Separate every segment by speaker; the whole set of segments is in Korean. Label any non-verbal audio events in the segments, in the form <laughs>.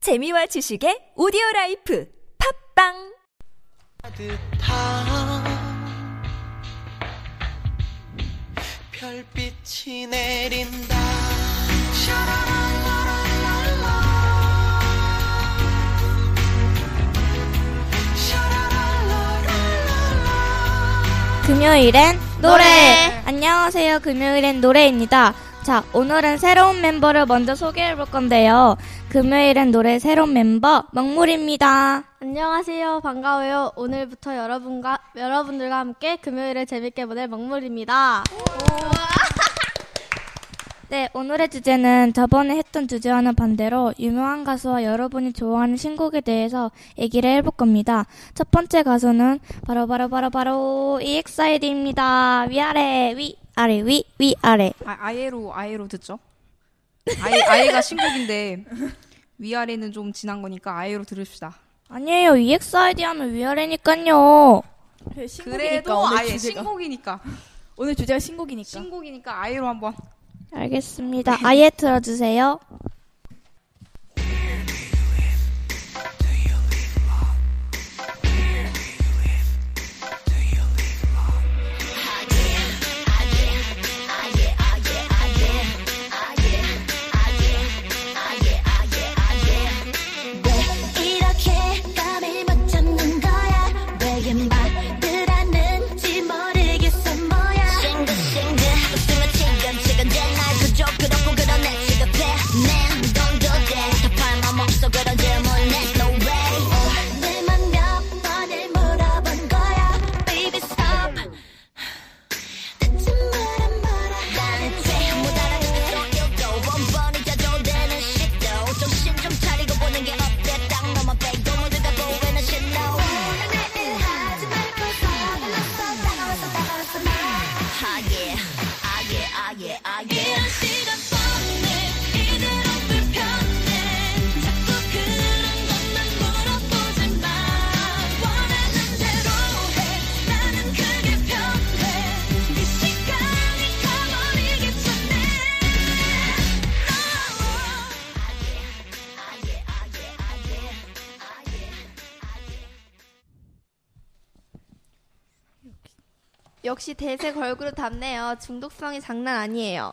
Speaker 1: 재미와 지식의 오디오 라이프 팝빵
Speaker 2: 따뜻한 별빛이 내린다 샤라랄라랄랄라. 샤라랄라랄랄라.
Speaker 3: 금요일엔 노래.
Speaker 4: 노래.
Speaker 3: 안녕하세요. 금요일엔 노래입니다. 자, 오늘은 새로운 멤버를 먼저 소개해 볼 건데요. 금요일엔 노래 새로운 멤버 먹물입니다.
Speaker 4: 안녕하세요. 반가워요. 오늘부터 여러분과 여러분들과 함께 금요일을 재밌게 보낼 먹물입니다.
Speaker 3: 네, 오늘의 주제는 저번에 했던 주제와는 반대로 유명한 가수와 여러분이 좋아하는 신곡에 대해서 얘기를 해볼 겁니다. 첫 번째 가수는 바로 바로 바로 바로 E EXID입니다. 위아래 위 아래 위 위아래.
Speaker 5: 아, 아예로 아예로 듣죠. 아예 아예가 신곡인데 위아래는 좀 지난 거니까 아예로 들읍시다.
Speaker 3: 아니에요. E EXID 하면 위아래니까요.
Speaker 5: 그래도 아예 신곡이니까
Speaker 6: 오늘 주제가 신곡이니까.
Speaker 5: 신곡이니까 아예로 한번.
Speaker 3: 알겠습니다. 아예 들어주세요.
Speaker 7: 이렇게 감을 못 잡는 거야 왜이 말들하는지 모르겠어 뭐야 싱글싱글 웃음은 치근치근대 날 그저 그렇고 그러네 취급해 난 돈도 돼다 팔마 목속으로 질문해 No way 어. 내 맘 몇 번을 물어본 거야 Baby stop 대체 말아 말아 나는 돼못 알아듣겠어 이거 원번이 자조되는 shit도 정신 좀 차리고 보는 게 어때 딱 너만 빼고 모두가 보이는 shit no 내일 하지 말고서 불렀어 따가웠어 따가웠어 나 Ah yeah Ah yeah Ah yeah Ah yeah 이런 시간 뻔해 이대로 불편해 자꾸 그런 것만 물어보지 마 원하는 대로 해 나는 그게 편해 네 시간이 가버리기 전에 어,
Speaker 4: 역시 대세 걸그룹 답네요. 중독성이 장난 아니에요.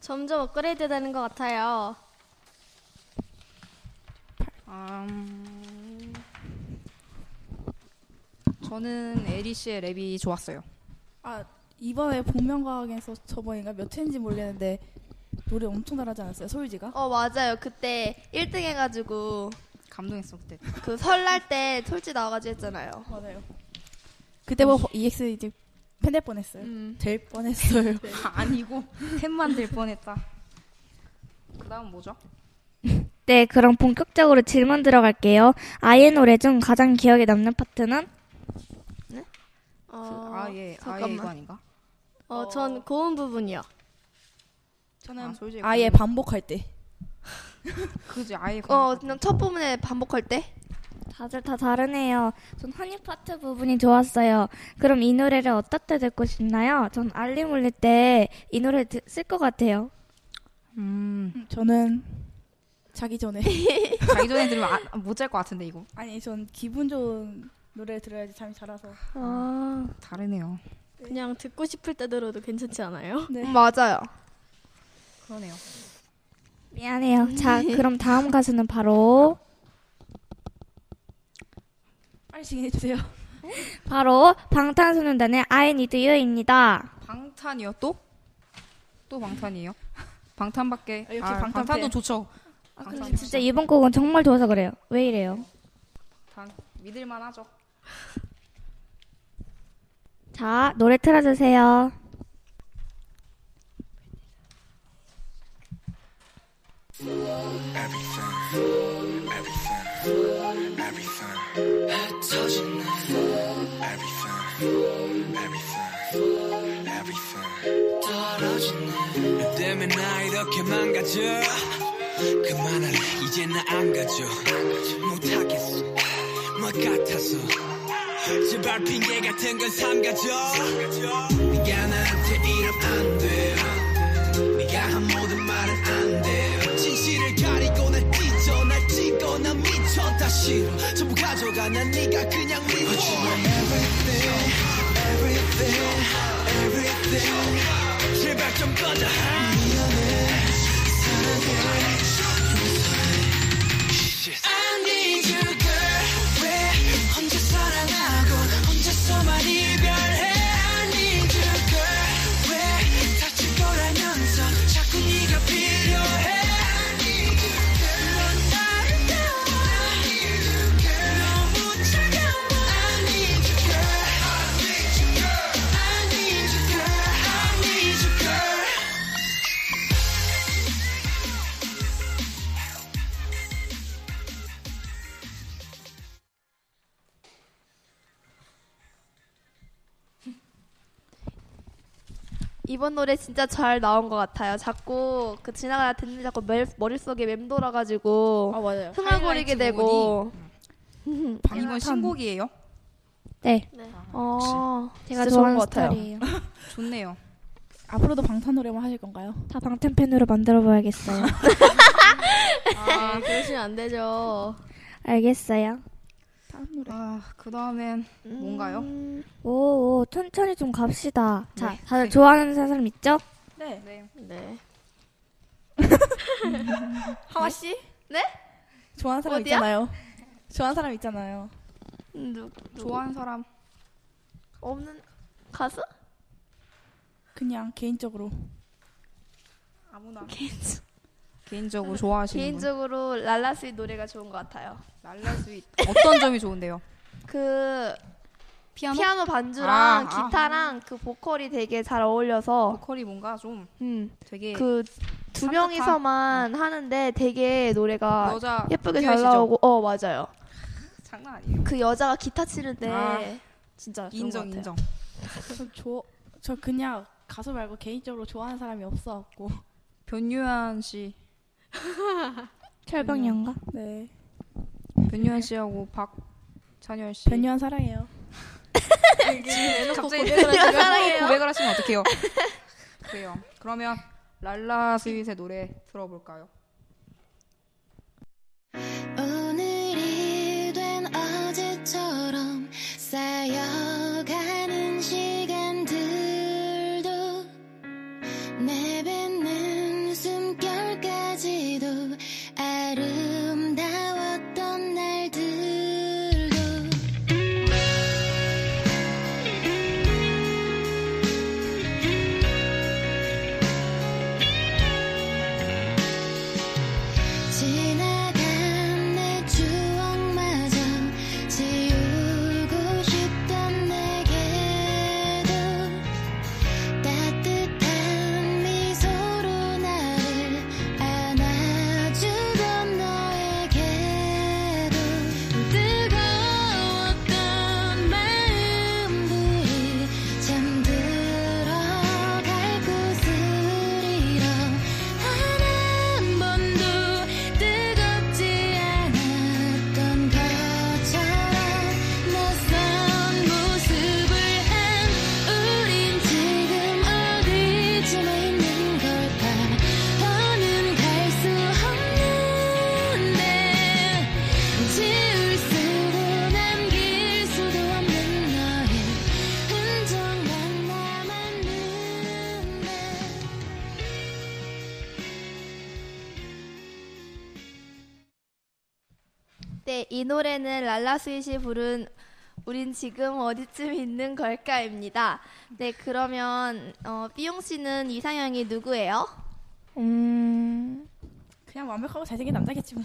Speaker 4: 점점 업그레이드 되는 것 같아요.
Speaker 5: 음, 저는 에리 씨의 랩이 좋았어요.
Speaker 6: 아 이번에 복면가왕에서 저번인가 몇 회인지 모르겠는데 노래 엄청 잘하지 않았어요 솔지가?
Speaker 4: 어, 맞아요. 그때 1등 해가지고
Speaker 5: 감동했어 그때.
Speaker 4: 그 설날 때 솔지 나와가지고 했잖아요.
Speaker 6: 맞아요. 그때 뭐 EX 이제 팬될 뻔했어요. 될 뻔했어요.
Speaker 5: <laughs> 아니고 팬만 될 뻔했다. 그다음 뭐죠?
Speaker 3: 네, 그럼 본격적으로 질문 들어갈게요. 아이의 노래 중 가장 기억에 남는 파트는?
Speaker 4: 어,
Speaker 5: 그 아예 아예 이거
Speaker 4: 잠깐만.
Speaker 5: 아닌가?
Speaker 4: 어, 전 고음 부분이요.
Speaker 5: 아, 솔직히
Speaker 6: 아예
Speaker 5: 그-
Speaker 6: 반복할 때.
Speaker 5: 그지 아예
Speaker 4: 어, 그냥 첫 부분에 반복할 때?
Speaker 3: 다들 다 다르네요. 전 허니 파트 부분이 좋았어요. 그럼 이 노래를 어떨 때 듣고 싶나요? 전 알림 울릴 때 이 노래 쓸 것 같아요.
Speaker 5: 음
Speaker 6: 저는 자기 전에 <laughs>
Speaker 5: 자기 전에 들으면 아, 못잘 것 같은데 이거
Speaker 6: 아니 전 기분 좋은 노래 들어야지 잠이 잘 와서.
Speaker 3: 아,
Speaker 5: 다르네요.
Speaker 4: 그냥 듣고 싶을 때 들어도 괜찮지 않아요?
Speaker 6: 네.
Speaker 4: 맞아요.
Speaker 5: 그러네요.
Speaker 3: 미안해요. <laughs> 자, 그럼 다음 가수는 바로
Speaker 6: 빨리 시행해 주세요. <laughs>
Speaker 3: 바로 방탄소년단의 I Need You입니다.
Speaker 5: 방탄이요 또? 또 방탄이에요? <laughs> 방탄밖에
Speaker 6: 아, 역시 방탄
Speaker 5: 방탄도
Speaker 6: 팬.
Speaker 5: 좋죠.
Speaker 3: 아,
Speaker 5: 근데
Speaker 3: 근데 진짜 이번 곡은 정말 좋아서 그래요. 왜 이래요?
Speaker 5: 방 믿을만 하죠.
Speaker 3: 자, 노래 틀어주세요.
Speaker 2: 터진 날 Everything Everything Everything 떨어진 날 때문에 나 이렇게 망가져 그만할래 이제 나 안 가져 못하겠어 못 같아서 제발 핑계 같은 건 삼가져 네가 나한테 이러면 안돼 네가 한 모든 말은 안돼 진실을 가리고 날 찢어 날 찢고 난
Speaker 8: 다 싫어 전부 가져가 난 네가 그냥 미워 But you are everything everything everything 제발 좀 꺼져 I need you girl 왜 혼자 사랑하고 혼자서만 이별해 I need you girl 왜 다칠 거라면서 자꾸 네가 필요해 I need you girl 넌 아름다워 I need you girl 너무 차가워 I need you girl I need you girl I need you girl I need you girl
Speaker 4: 이번 노래 진짜 잘 나온 것 같아요. 자꾸 그 지나가다 듣는데 자꾸 멜- 머릿속에 맴돌아가지고
Speaker 6: 아 맞아요.
Speaker 4: 흥얼거리게 되고.
Speaker 5: 이건 신곡이에요.
Speaker 3: 네.
Speaker 4: 어,
Speaker 3: 제가
Speaker 4: 진짜
Speaker 3: 좋아하는
Speaker 4: 좋은 것 같아요.
Speaker 3: 스타일이에요.
Speaker 5: 좋네요.
Speaker 6: 앞으로도 방탄 노래만 하실 건가요?
Speaker 3: 다 방탄팬으로 만들어 봐야겠어요.
Speaker 4: 아, 그러시면 안 되죠.
Speaker 3: 알겠어요.
Speaker 6: 다음 노래.
Speaker 5: 아, 그 다음엔 뭔가요?
Speaker 3: 오, 오, 천천히 좀 갑시다. 자,
Speaker 5: 네.
Speaker 3: 다들 좋아하는 사람 있죠?
Speaker 6: 네.
Speaker 5: 네.
Speaker 3: <laughs>
Speaker 4: 네.
Speaker 6: 하와 씨?
Speaker 4: 네?
Speaker 6: 좋아하는 사람
Speaker 4: 어디야?
Speaker 6: 있잖아요. 좋아하는 사람 있잖아요.
Speaker 4: 음, 누,
Speaker 5: 좋아하는 사람.
Speaker 4: 없는 가수?
Speaker 6: 그냥 개인적으로.
Speaker 5: 아무나. 개인적으로 좋아하시는 분.
Speaker 4: 개인적으로 랄라스의 노래가 좋은 것 같아요.
Speaker 5: 날라 스윗. 어떤 점이 좋은데요?
Speaker 4: 그
Speaker 5: 피아노?
Speaker 4: 피아노 반주랑
Speaker 5: 아, 아.
Speaker 4: 기타랑 그 보컬이 되게 잘 어울려서
Speaker 5: 보컬이 뭔가 좀
Speaker 4: 음,
Speaker 5: 되게
Speaker 4: 그 두
Speaker 5: 산뜻한-
Speaker 4: 명이서만 하는데 되게 노래가
Speaker 5: 여자
Speaker 4: 예쁘게
Speaker 5: 유열
Speaker 4: 잘
Speaker 5: 씨죠?
Speaker 4: 나오고 어 맞아요.
Speaker 5: 장난 아니에요.
Speaker 4: 그 여자가 기타 치는데
Speaker 5: 아.
Speaker 4: 진짜 좋은
Speaker 5: 인정
Speaker 4: 것
Speaker 5: 인정.
Speaker 4: 같아요.
Speaker 6: 저, 조, 저 그냥 가수 말고 개인적으로 좋아하는 사람이 없어갖고.
Speaker 5: 변유한 씨,
Speaker 3: 철병 연가?
Speaker 6: 네.
Speaker 5: 변유한 씨하고 박찬열 씨.
Speaker 6: 변유한 사랑해요.
Speaker 5: 갑자기 고백을 하시면 고백을 하시면 어떡해요? <laughs> 그래요. 그러면 랄라 스윗의 노래 들어볼까요?
Speaker 9: 오늘이 된 어제처럼 쌓여가는 시간들도 내뱉는 숨결까지도 아름다웠던 날들도 지나간 내 추억마저 지우고 싶던 내게도 따뜻한 미소로 나를 안아주던 너에게도 뜨거웠던 마음들이 잠들어갈 곳을 잃어 한 번도 뜨겁지 않았던 것처럼 낯선 모습을 한 우린 지금 어디쯤에 있는 걸까 더는 갈 수 없는데 지울 수도 남길 수도 없는 너의 흔적만 남았는데
Speaker 4: 네, 이 노래는 랄라스윗이 부른 우린 지금 어디쯤 있는 걸까입니다. 네, 그러면 어, 삐용 씨는 이상형이 누구예요?
Speaker 3: 음,
Speaker 6: 그냥 완벽하고 잘생긴 남자겠지 뭐.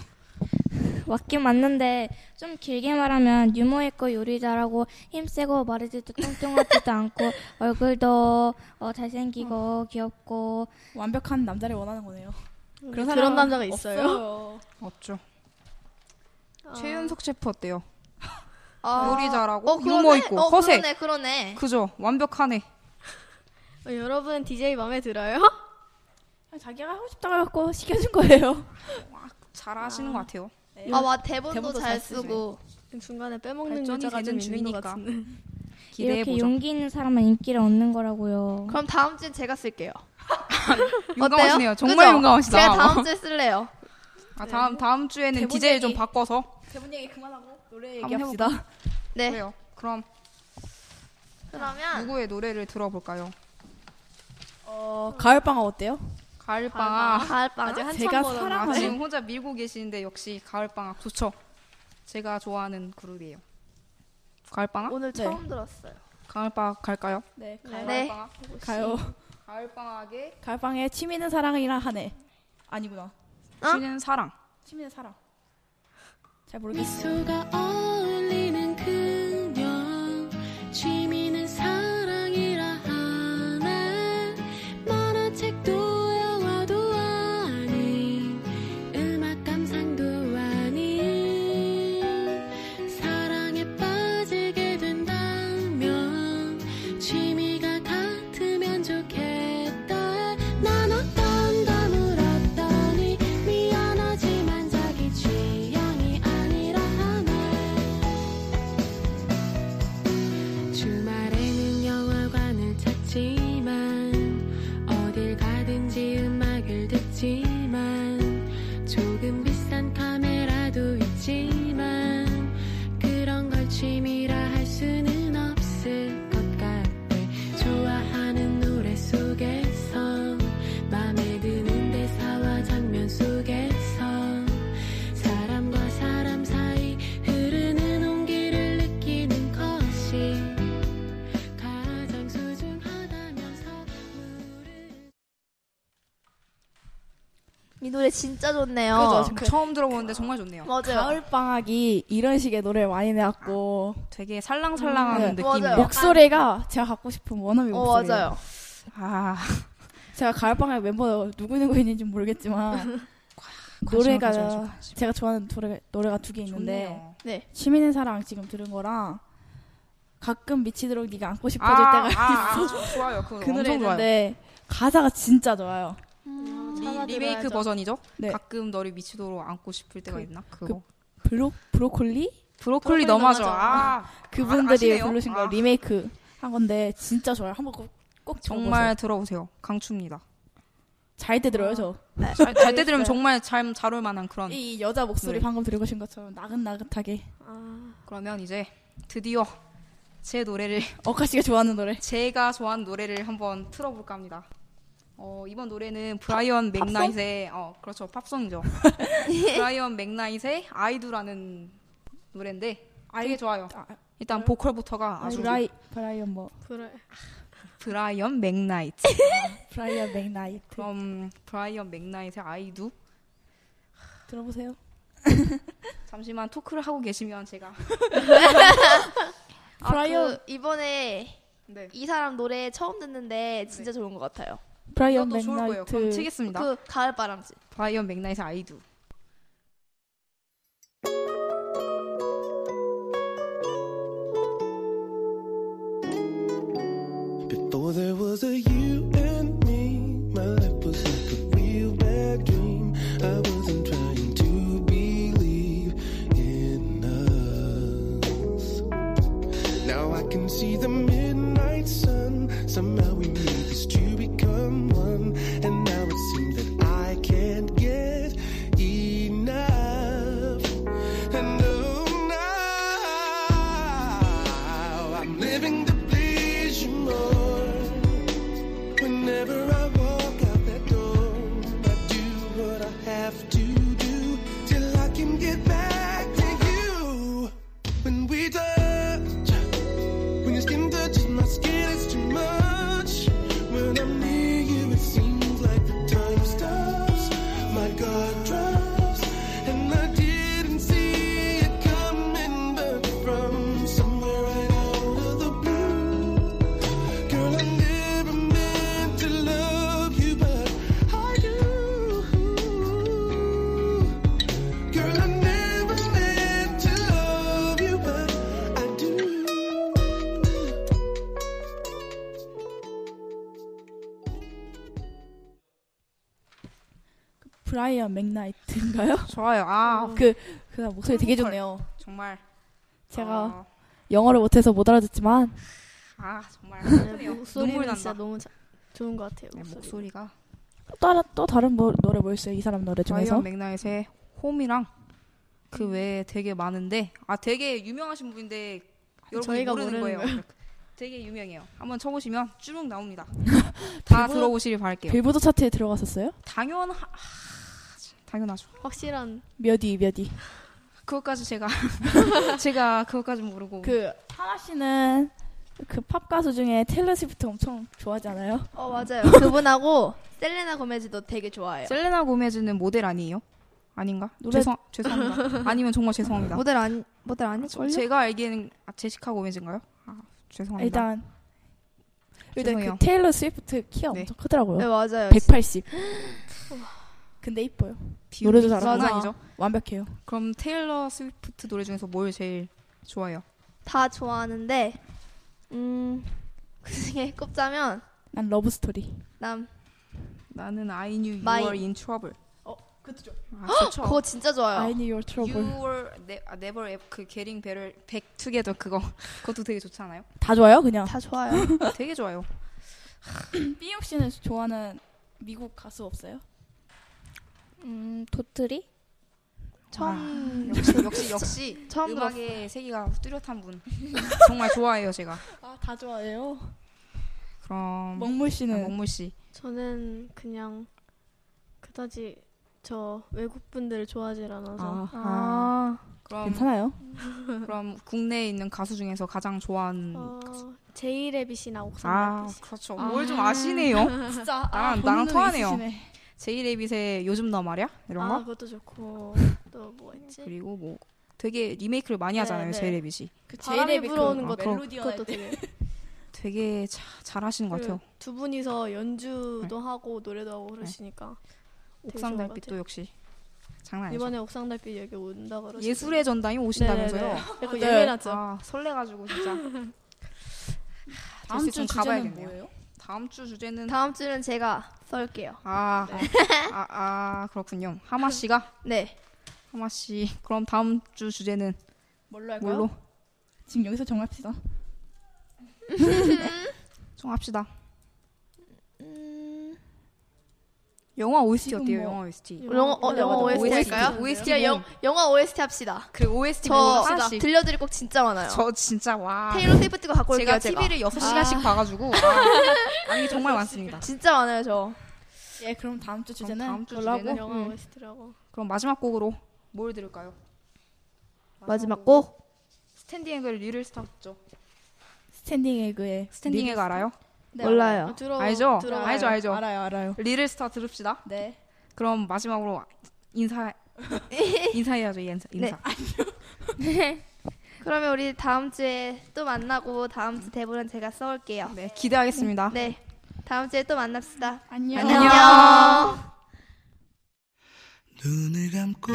Speaker 3: 맞긴 맞는데, 좀 길게 말하면 유머 있고 요리 잘하고 힘세고 마르지도 뚱뚱하지도 않고 얼굴도 어, 잘생기고 귀엽고
Speaker 6: 완벽한 남자를 원하는 거네요.
Speaker 4: 그런,
Speaker 6: 사람은
Speaker 4: 남자가
Speaker 6: 없어요.
Speaker 5: 없죠. 아. 최윤석 셰프 어때요?
Speaker 4: 아.
Speaker 5: 요리 잘하고
Speaker 4: 어, 그러네.
Speaker 5: 유머 있고
Speaker 4: 어,
Speaker 5: 허세.
Speaker 4: 그러네, 그러네.
Speaker 5: 그죠? 완벽하네.
Speaker 4: 어, 여러분 DJ 마음에 들어요?
Speaker 6: 그냥 아, 자기가 하고 싶다고 해갖고 시켜준 거예요.
Speaker 5: 잘하시는 것 같아요.
Speaker 4: 아, 와 대본도,
Speaker 6: 대본도
Speaker 4: 잘
Speaker 6: 잘
Speaker 4: 쓰고.
Speaker 10: 중간에 빼먹는
Speaker 5: 발전이
Speaker 10: 여자가
Speaker 5: 되는
Speaker 10: 좀 있는 것
Speaker 5: 중이니까
Speaker 10: 같은데.
Speaker 5: 기대해
Speaker 3: 이렇게
Speaker 5: 보죠.
Speaker 3: 용기 있는 사람은 인기를 얻는 거라고요.
Speaker 4: 그럼 다음 주엔 제가 쓸게요.
Speaker 5: 용감하시네요.
Speaker 4: 어때요?
Speaker 5: 정말
Speaker 4: 그죠?
Speaker 5: 용감하시다.
Speaker 4: 제가 다음 주에 쓸래요.
Speaker 5: 아 다음 다음 주에는
Speaker 6: 대본
Speaker 5: DJ를 좀
Speaker 6: 얘기.
Speaker 5: 바꿔서
Speaker 6: 대본 얘기 그만하고 노래
Speaker 5: 한번
Speaker 6: 얘기합시다.
Speaker 4: 네.
Speaker 5: 그래요. 그럼
Speaker 4: 그러면
Speaker 5: 누구의 노래를 들어볼까요?
Speaker 6: 어, 가을방학 어때요?
Speaker 5: 아, 가을방학.
Speaker 4: 가을방학
Speaker 6: 아직
Speaker 4: 한참
Speaker 6: 제가 네.
Speaker 4: 멀었나?
Speaker 5: 아,
Speaker 6: 사랑하는
Speaker 5: 지금 혼자 밀고 계시는데 역시 가을방학 좋죠. 제가 좋아하는 그룹이에요. 가을방학?
Speaker 4: 오늘
Speaker 6: 네.
Speaker 4: 처음 들었어요.
Speaker 5: 가을방학 갈까요?
Speaker 6: 네,
Speaker 4: 가요.
Speaker 6: 네.
Speaker 4: 네.
Speaker 5: 가을방학.
Speaker 6: 가요.
Speaker 5: 가을방학에
Speaker 6: 가을방에 취미는 사랑이라 하네. 아니구나.
Speaker 4: 어?
Speaker 5: 쉬는 사랑.
Speaker 6: 취미는 사랑. 잘 모르겠어.
Speaker 10: <laughs> 미소가 어울리는 그녀 취미는 사랑이라 하네 만화책도 영화도 아닌 음악 감상도 아닌 사랑에 빠지게 된다면 취미가 같으면 좋겠다 난 어떤가 물었더니 미안하지만 자기 취향이 아니라 하네 주말에는 영화관을 찾지만 어딜 가든지 음악을 듣지만 조금 비싼 카메라도 있지만 그런 걸 취미라 할 수는 없을 것 같아 좋아하는 노래 속에서 맘에 드는 대사와 장면 속에서 사람과 사람 사이 흐르는 온기를 느끼는 것이 가장 소중하다면서 모르
Speaker 4: 이 노래 진짜 좋네요.
Speaker 6: 그죠?
Speaker 5: 어, 처음 들어보는데 정말 좋네요.
Speaker 4: 맞아요.
Speaker 6: <laughs> 가을방학이 이런 식의 노래를 많이 내왔고
Speaker 5: 되게 살랑살랑하는
Speaker 6: 음, 네.
Speaker 5: 느낌.
Speaker 4: 맞아요.
Speaker 6: 목소리가 제가 갖고 싶은 원어민
Speaker 4: 어
Speaker 6: 목소리예요.
Speaker 4: 맞아요.
Speaker 5: 아, <laughs>
Speaker 6: 제가 가을방학 멤버 누구 누구 있는지
Speaker 5: <laughs>
Speaker 6: 모르겠지만
Speaker 5: 관심을
Speaker 6: 노래가
Speaker 5: 가져야죠, 관심.
Speaker 6: 제가 좋아하는 노래, 노래가 두 개 있는데
Speaker 5: 좋네요.
Speaker 6: 취미는 사랑 지금 들은 거랑 가끔 미치도록 네가 안고
Speaker 5: 아,
Speaker 6: 싶어질
Speaker 5: 아,
Speaker 6: 때가
Speaker 5: 아, 아, 좋아요.
Speaker 6: <laughs>
Speaker 5: 그거 네.
Speaker 6: 그 노래
Speaker 5: 엄청 좋아요.
Speaker 6: 있는데 가사가 진짜 좋아요.
Speaker 5: 음,
Speaker 4: 찾아
Speaker 5: 리, 메이크
Speaker 4: 들어야죠.
Speaker 5: 버전이죠?
Speaker 6: 네.
Speaker 5: 가끔 너를 미치도록 안고 싶을 때가 있나? 그거.
Speaker 6: 브로 브로콜리
Speaker 5: 브로콜리 넘어져. 아,
Speaker 6: 그분들이
Speaker 5: 아시네요?
Speaker 6: 부르신 거
Speaker 5: 아.
Speaker 6: 리메이크 한 건데 진짜 좋아요. 한번 꼭, 꼭
Speaker 5: 정말 들어보세요. 강추입니다.
Speaker 6: 잘때 들어요 저.
Speaker 5: 잘 때 들으면 정말 잘, 잘 올만한 그런.
Speaker 6: 이 여자 목소리
Speaker 5: 노래.
Speaker 6: 방금 들으신 것처럼 나긋나긋하게
Speaker 5: 그러면 이제 드디어 제 노래를,
Speaker 6: 어카 씨가 좋아하는 노래.
Speaker 5: 제가 좋아하는 노래를 한번 틀어볼까 합니다. 어, 이번 노래는 브라이언 맥나잇의, 어, 그렇죠.
Speaker 6: <laughs>
Speaker 5: 팝송이죠. 브라이언 맥나잇의 아이두라는 노래인데 되게 좋아요.
Speaker 6: 아,
Speaker 5: 일단 보컬부터가 아주
Speaker 6: 네, 브라이 브라이언 뭐
Speaker 5: 브라이언 맥나이트.
Speaker 6: 브라이언 맥나이트
Speaker 5: 그럼 브라이언 맥나이트의 아이두.
Speaker 6: 들어보세요.
Speaker 5: 잠시만 토크를 하고 계시면 제가
Speaker 4: 아,
Speaker 6: 브라이언-
Speaker 4: 그 이번에
Speaker 5: 네.
Speaker 4: 이 사람 노래 처음 듣는데 진짜 좋은 것 같아요.
Speaker 6: 브라이언
Speaker 5: 그 이것도 좋을 거예요. 그럼
Speaker 6: 맥나이트
Speaker 5: 치겠습니다.
Speaker 4: 그 가을 바람지.
Speaker 5: 브라이언 맥나이트의 아이두.
Speaker 8: If though there was a you and me, my life was like a real bad dream. I wasn't trying to believe in us. Now I can see the midnight sun. Somehow we made these two become one. And now it seems that I can't get enough. And oh, now I'm living to please you more. Whenever I walk out that door, I do what I have to do till I can get back to you. When we touch, when your skin touches my skin, it's too much. When I'm near you, it seems like the time stops. My guard drops, and I didn't see it coming, but from somewhere right out of the blue. Girl, I never meant to love you, but I do. Girl, I never meant to love you, but I do.
Speaker 6: 브라이언 맥나이트인가요?
Speaker 5: 좋아요. 아
Speaker 6: 그 그 목소리 되게 좋네요.
Speaker 5: 정말
Speaker 6: 제가
Speaker 5: 어,
Speaker 6: 영어를 못해서 못 알아듣지만
Speaker 5: 아 정말
Speaker 6: 네,
Speaker 4: 목소리는
Speaker 5: 눈물 난다.
Speaker 4: 진짜 너무 자, 좋은 것 같아요.
Speaker 5: 네,
Speaker 4: 목소리.
Speaker 5: 목소리가
Speaker 6: 또, 다른- 또 다른 뭐, 노래 뭐 있어요? 이 사람 노래 중에서
Speaker 5: 브라이언 맥나이트의 홈이랑 그 외에 되게 많은데 아 되게 유명하신 분인데 여러분이
Speaker 4: 저희가
Speaker 5: 모르는,
Speaker 4: 모르는
Speaker 5: 거예요. <laughs> 되게 유명해요. 한번 쳐보시면 쭉 나옵니다. 다
Speaker 3: 빌보드-
Speaker 5: 들어보시길 바랄게요.
Speaker 3: 빌보드 차트에 들어갔었어요?
Speaker 5: 당연하 하... 당연하죠.
Speaker 4: 확실한
Speaker 3: 몇 위, 몇 위?
Speaker 5: 그것까지 제가 <laughs> 제가 그것까지 모르고
Speaker 3: 그 하나 씨는 그 팝 가수 중에 테일러 스위프트 엄청 좋아하잖아요.
Speaker 4: 어 맞아요 <laughs> 그분하고 셀레나 고메즈도 되게 좋아해요
Speaker 5: 셀레나 고메즈는 모델 아니에요? 아닌가?
Speaker 3: 노래-
Speaker 5: 죄송 죄송합니다. 아니면 정말 죄송합니다.
Speaker 4: <laughs> 모델 아니 모델 아니걸요?
Speaker 5: 제가 알기에는 아, 제시카 고메즈인가요? 아 죄송합니다.
Speaker 3: 일단 일단
Speaker 5: 죄송해요.
Speaker 3: 그 테일러 스위프트 키가
Speaker 5: 네.
Speaker 3: 엄청 크더라고요.
Speaker 4: 네 맞아요
Speaker 3: 180. <gasps> 근데 이뻐요. 노래도 잘하고
Speaker 5: 장난 아니죠?
Speaker 3: 완벽해요.
Speaker 5: 그럼 테일러 스위프트 노래 중에서 뭘 제일 좋아해요?
Speaker 4: 다 좋아하는데 음 <laughs> 그중에 꼽자면
Speaker 3: 난 러브 스토리.
Speaker 4: 남
Speaker 5: 나는 I knew you
Speaker 4: My-
Speaker 5: were in trouble.
Speaker 3: 그죠.
Speaker 5: 아, 그렇죠.
Speaker 4: 그거 진짜 좋아요
Speaker 3: I knew your
Speaker 5: You
Speaker 3: trouble.
Speaker 5: were ne- 아, never ever- 그 게링 베럴 백투게더 그거 <laughs> 그것도 되게 좋잖아요.
Speaker 3: 다 좋아요, 그냥.
Speaker 4: 다 <laughs> 좋아요
Speaker 5: 되게 좋아요.
Speaker 3: 삐용 씨는 좋아하는 미국 가수 없어요?
Speaker 11: 음, 도트리?
Speaker 5: 처음 역시 역시 역시
Speaker 4: 아. 처음
Speaker 5: 음악의 세계가 뚜렷한 분 <laughs> 정말 좋아해요 제가.
Speaker 3: 아, 다 좋아해요.
Speaker 5: 그럼
Speaker 3: 아, 먹물 씨는
Speaker 5: 먹물 씨
Speaker 12: 저는 그냥 그다지 저 외국 분들을 좋아하지 않아서
Speaker 5: 아, 그럼
Speaker 3: 괜찮아요.
Speaker 5: 그럼 국내에 있는 가수 중에서 가장 좋아하는
Speaker 12: 어, 제이레빗이나 옥상
Speaker 5: 음. 아
Speaker 12: 레빗이
Speaker 5: 그렇죠 뭘 좀 아시네요 <laughs>
Speaker 3: 진짜
Speaker 5: 나랑- 나랑 통하네요. 제이레빗의 요즘 너 말이야 이런
Speaker 12: 아
Speaker 5: 거
Speaker 12: 그것도 좋고 또
Speaker 10: 네.
Speaker 12: 뭐였지?
Speaker 5: 그리고 뭐 되게 리메이크를 많이
Speaker 12: 네.
Speaker 5: 하잖아요 제이레빗이
Speaker 3: 그
Speaker 12: 바람이 불어오는 것도
Speaker 3: 멜로디언
Speaker 12: 그것도
Speaker 5: <laughs>
Speaker 12: 되게
Speaker 5: 되게 자, 잘하시는 것 같아요 네.
Speaker 12: 그두 분이서 연주도 하고 노래도 하고 그러시니까 되게 좋은
Speaker 5: 옥상
Speaker 12: 것
Speaker 5: 달빛도
Speaker 12: 같아요.
Speaker 5: 역시 장난 아니죠
Speaker 12: 이번에 옥상 달빛 여기 온다 그러시고
Speaker 5: 네. 예술의 전당이 오신다면서요
Speaker 12: 약간 예민하죠.
Speaker 5: 아 설레가지고 진짜
Speaker 3: 다음 주
Speaker 5: 좀
Speaker 3: 주제는
Speaker 5: 가봐야겠네요.
Speaker 3: 뭐예요?
Speaker 5: 다음 주 주제는
Speaker 4: 다음 주는 제가 썰게요
Speaker 5: 아, 아, 아 그렇군요 하마 씨가
Speaker 4: 네
Speaker 5: 하마 씨 그럼 다음 주 주제는
Speaker 3: 뭘로 할까요?
Speaker 5: 뭘로
Speaker 3: 지금 여기서 정합시다.
Speaker 5: 정합시다. 영화 OST
Speaker 3: 지금
Speaker 5: 어때요?
Speaker 3: 뭐-
Speaker 5: 영화 OST.
Speaker 4: 영화, 어, 영화 OST, 할까요?
Speaker 5: OST
Speaker 4: 그냥 영, 영화 OST 합시다
Speaker 5: 그 OST
Speaker 4: 저
Speaker 5: 뭐
Speaker 4: 합시다.
Speaker 5: 하나씩.
Speaker 4: 들려드릴 곡 진짜 많아요 아,
Speaker 5: 저 진짜 와.
Speaker 4: 테일러 스위프트 거 갖고 올게요
Speaker 5: 제가
Speaker 4: 제가,
Speaker 5: TV를 6시간씩 봐가지고 아, 아니 정말 많습니다.
Speaker 4: 진짜 많아요 저
Speaker 3: 예, 그럼 다음 주 주제는
Speaker 5: 다음 주
Speaker 3: 그걸로 하고.
Speaker 5: 주제는?
Speaker 12: 영화 OST라고.
Speaker 5: 그럼 마지막 곡으로 뭘 들을까요?
Speaker 4: 마지막 곡
Speaker 5: 스탠딩 에그 리를 스타죠.
Speaker 3: 스탠딩 에그의
Speaker 5: 스탠딩 에그 알아요?
Speaker 4: 네. 몰라요
Speaker 12: 들어
Speaker 5: 알죠?
Speaker 12: 들어요.
Speaker 5: 알죠, 알죠.
Speaker 3: 알아요, 알아요.
Speaker 5: 리를 스타 들읍시다.
Speaker 3: 네.
Speaker 5: 그럼 마지막으로 인사 인사해야죠 인사. 인사.
Speaker 4: 그러면 우리 다음 주에 또 만나고 다음 주 대본은 제가 써올게요
Speaker 5: 네, 기대하겠습니다.
Speaker 4: 네. 다음 주에 또 만납시다.
Speaker 3: 안녕.
Speaker 4: 안녕.
Speaker 1: 눈을 감고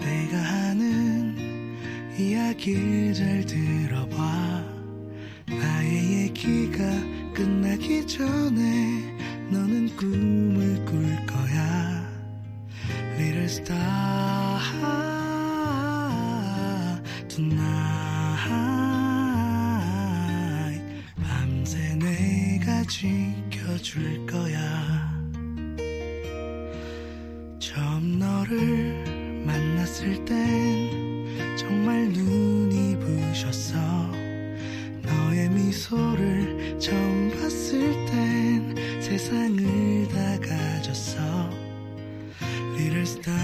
Speaker 1: 내가 하는 이야기를 잘 들어봐 나의 얘기가 끝나기 전에 너는 꿈을 꿀 거야 Little star tonight 밤새 내가 지켜줄 거야 처음 너를 만났을 땐 정말 눈이 부셨어 너의 미소를 처음 봤을 땐 세상을 다 가졌어 Little star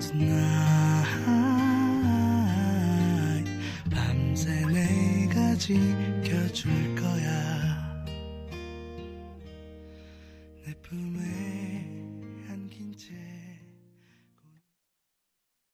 Speaker 1: tonight 밤새 내가 지켜줄 거야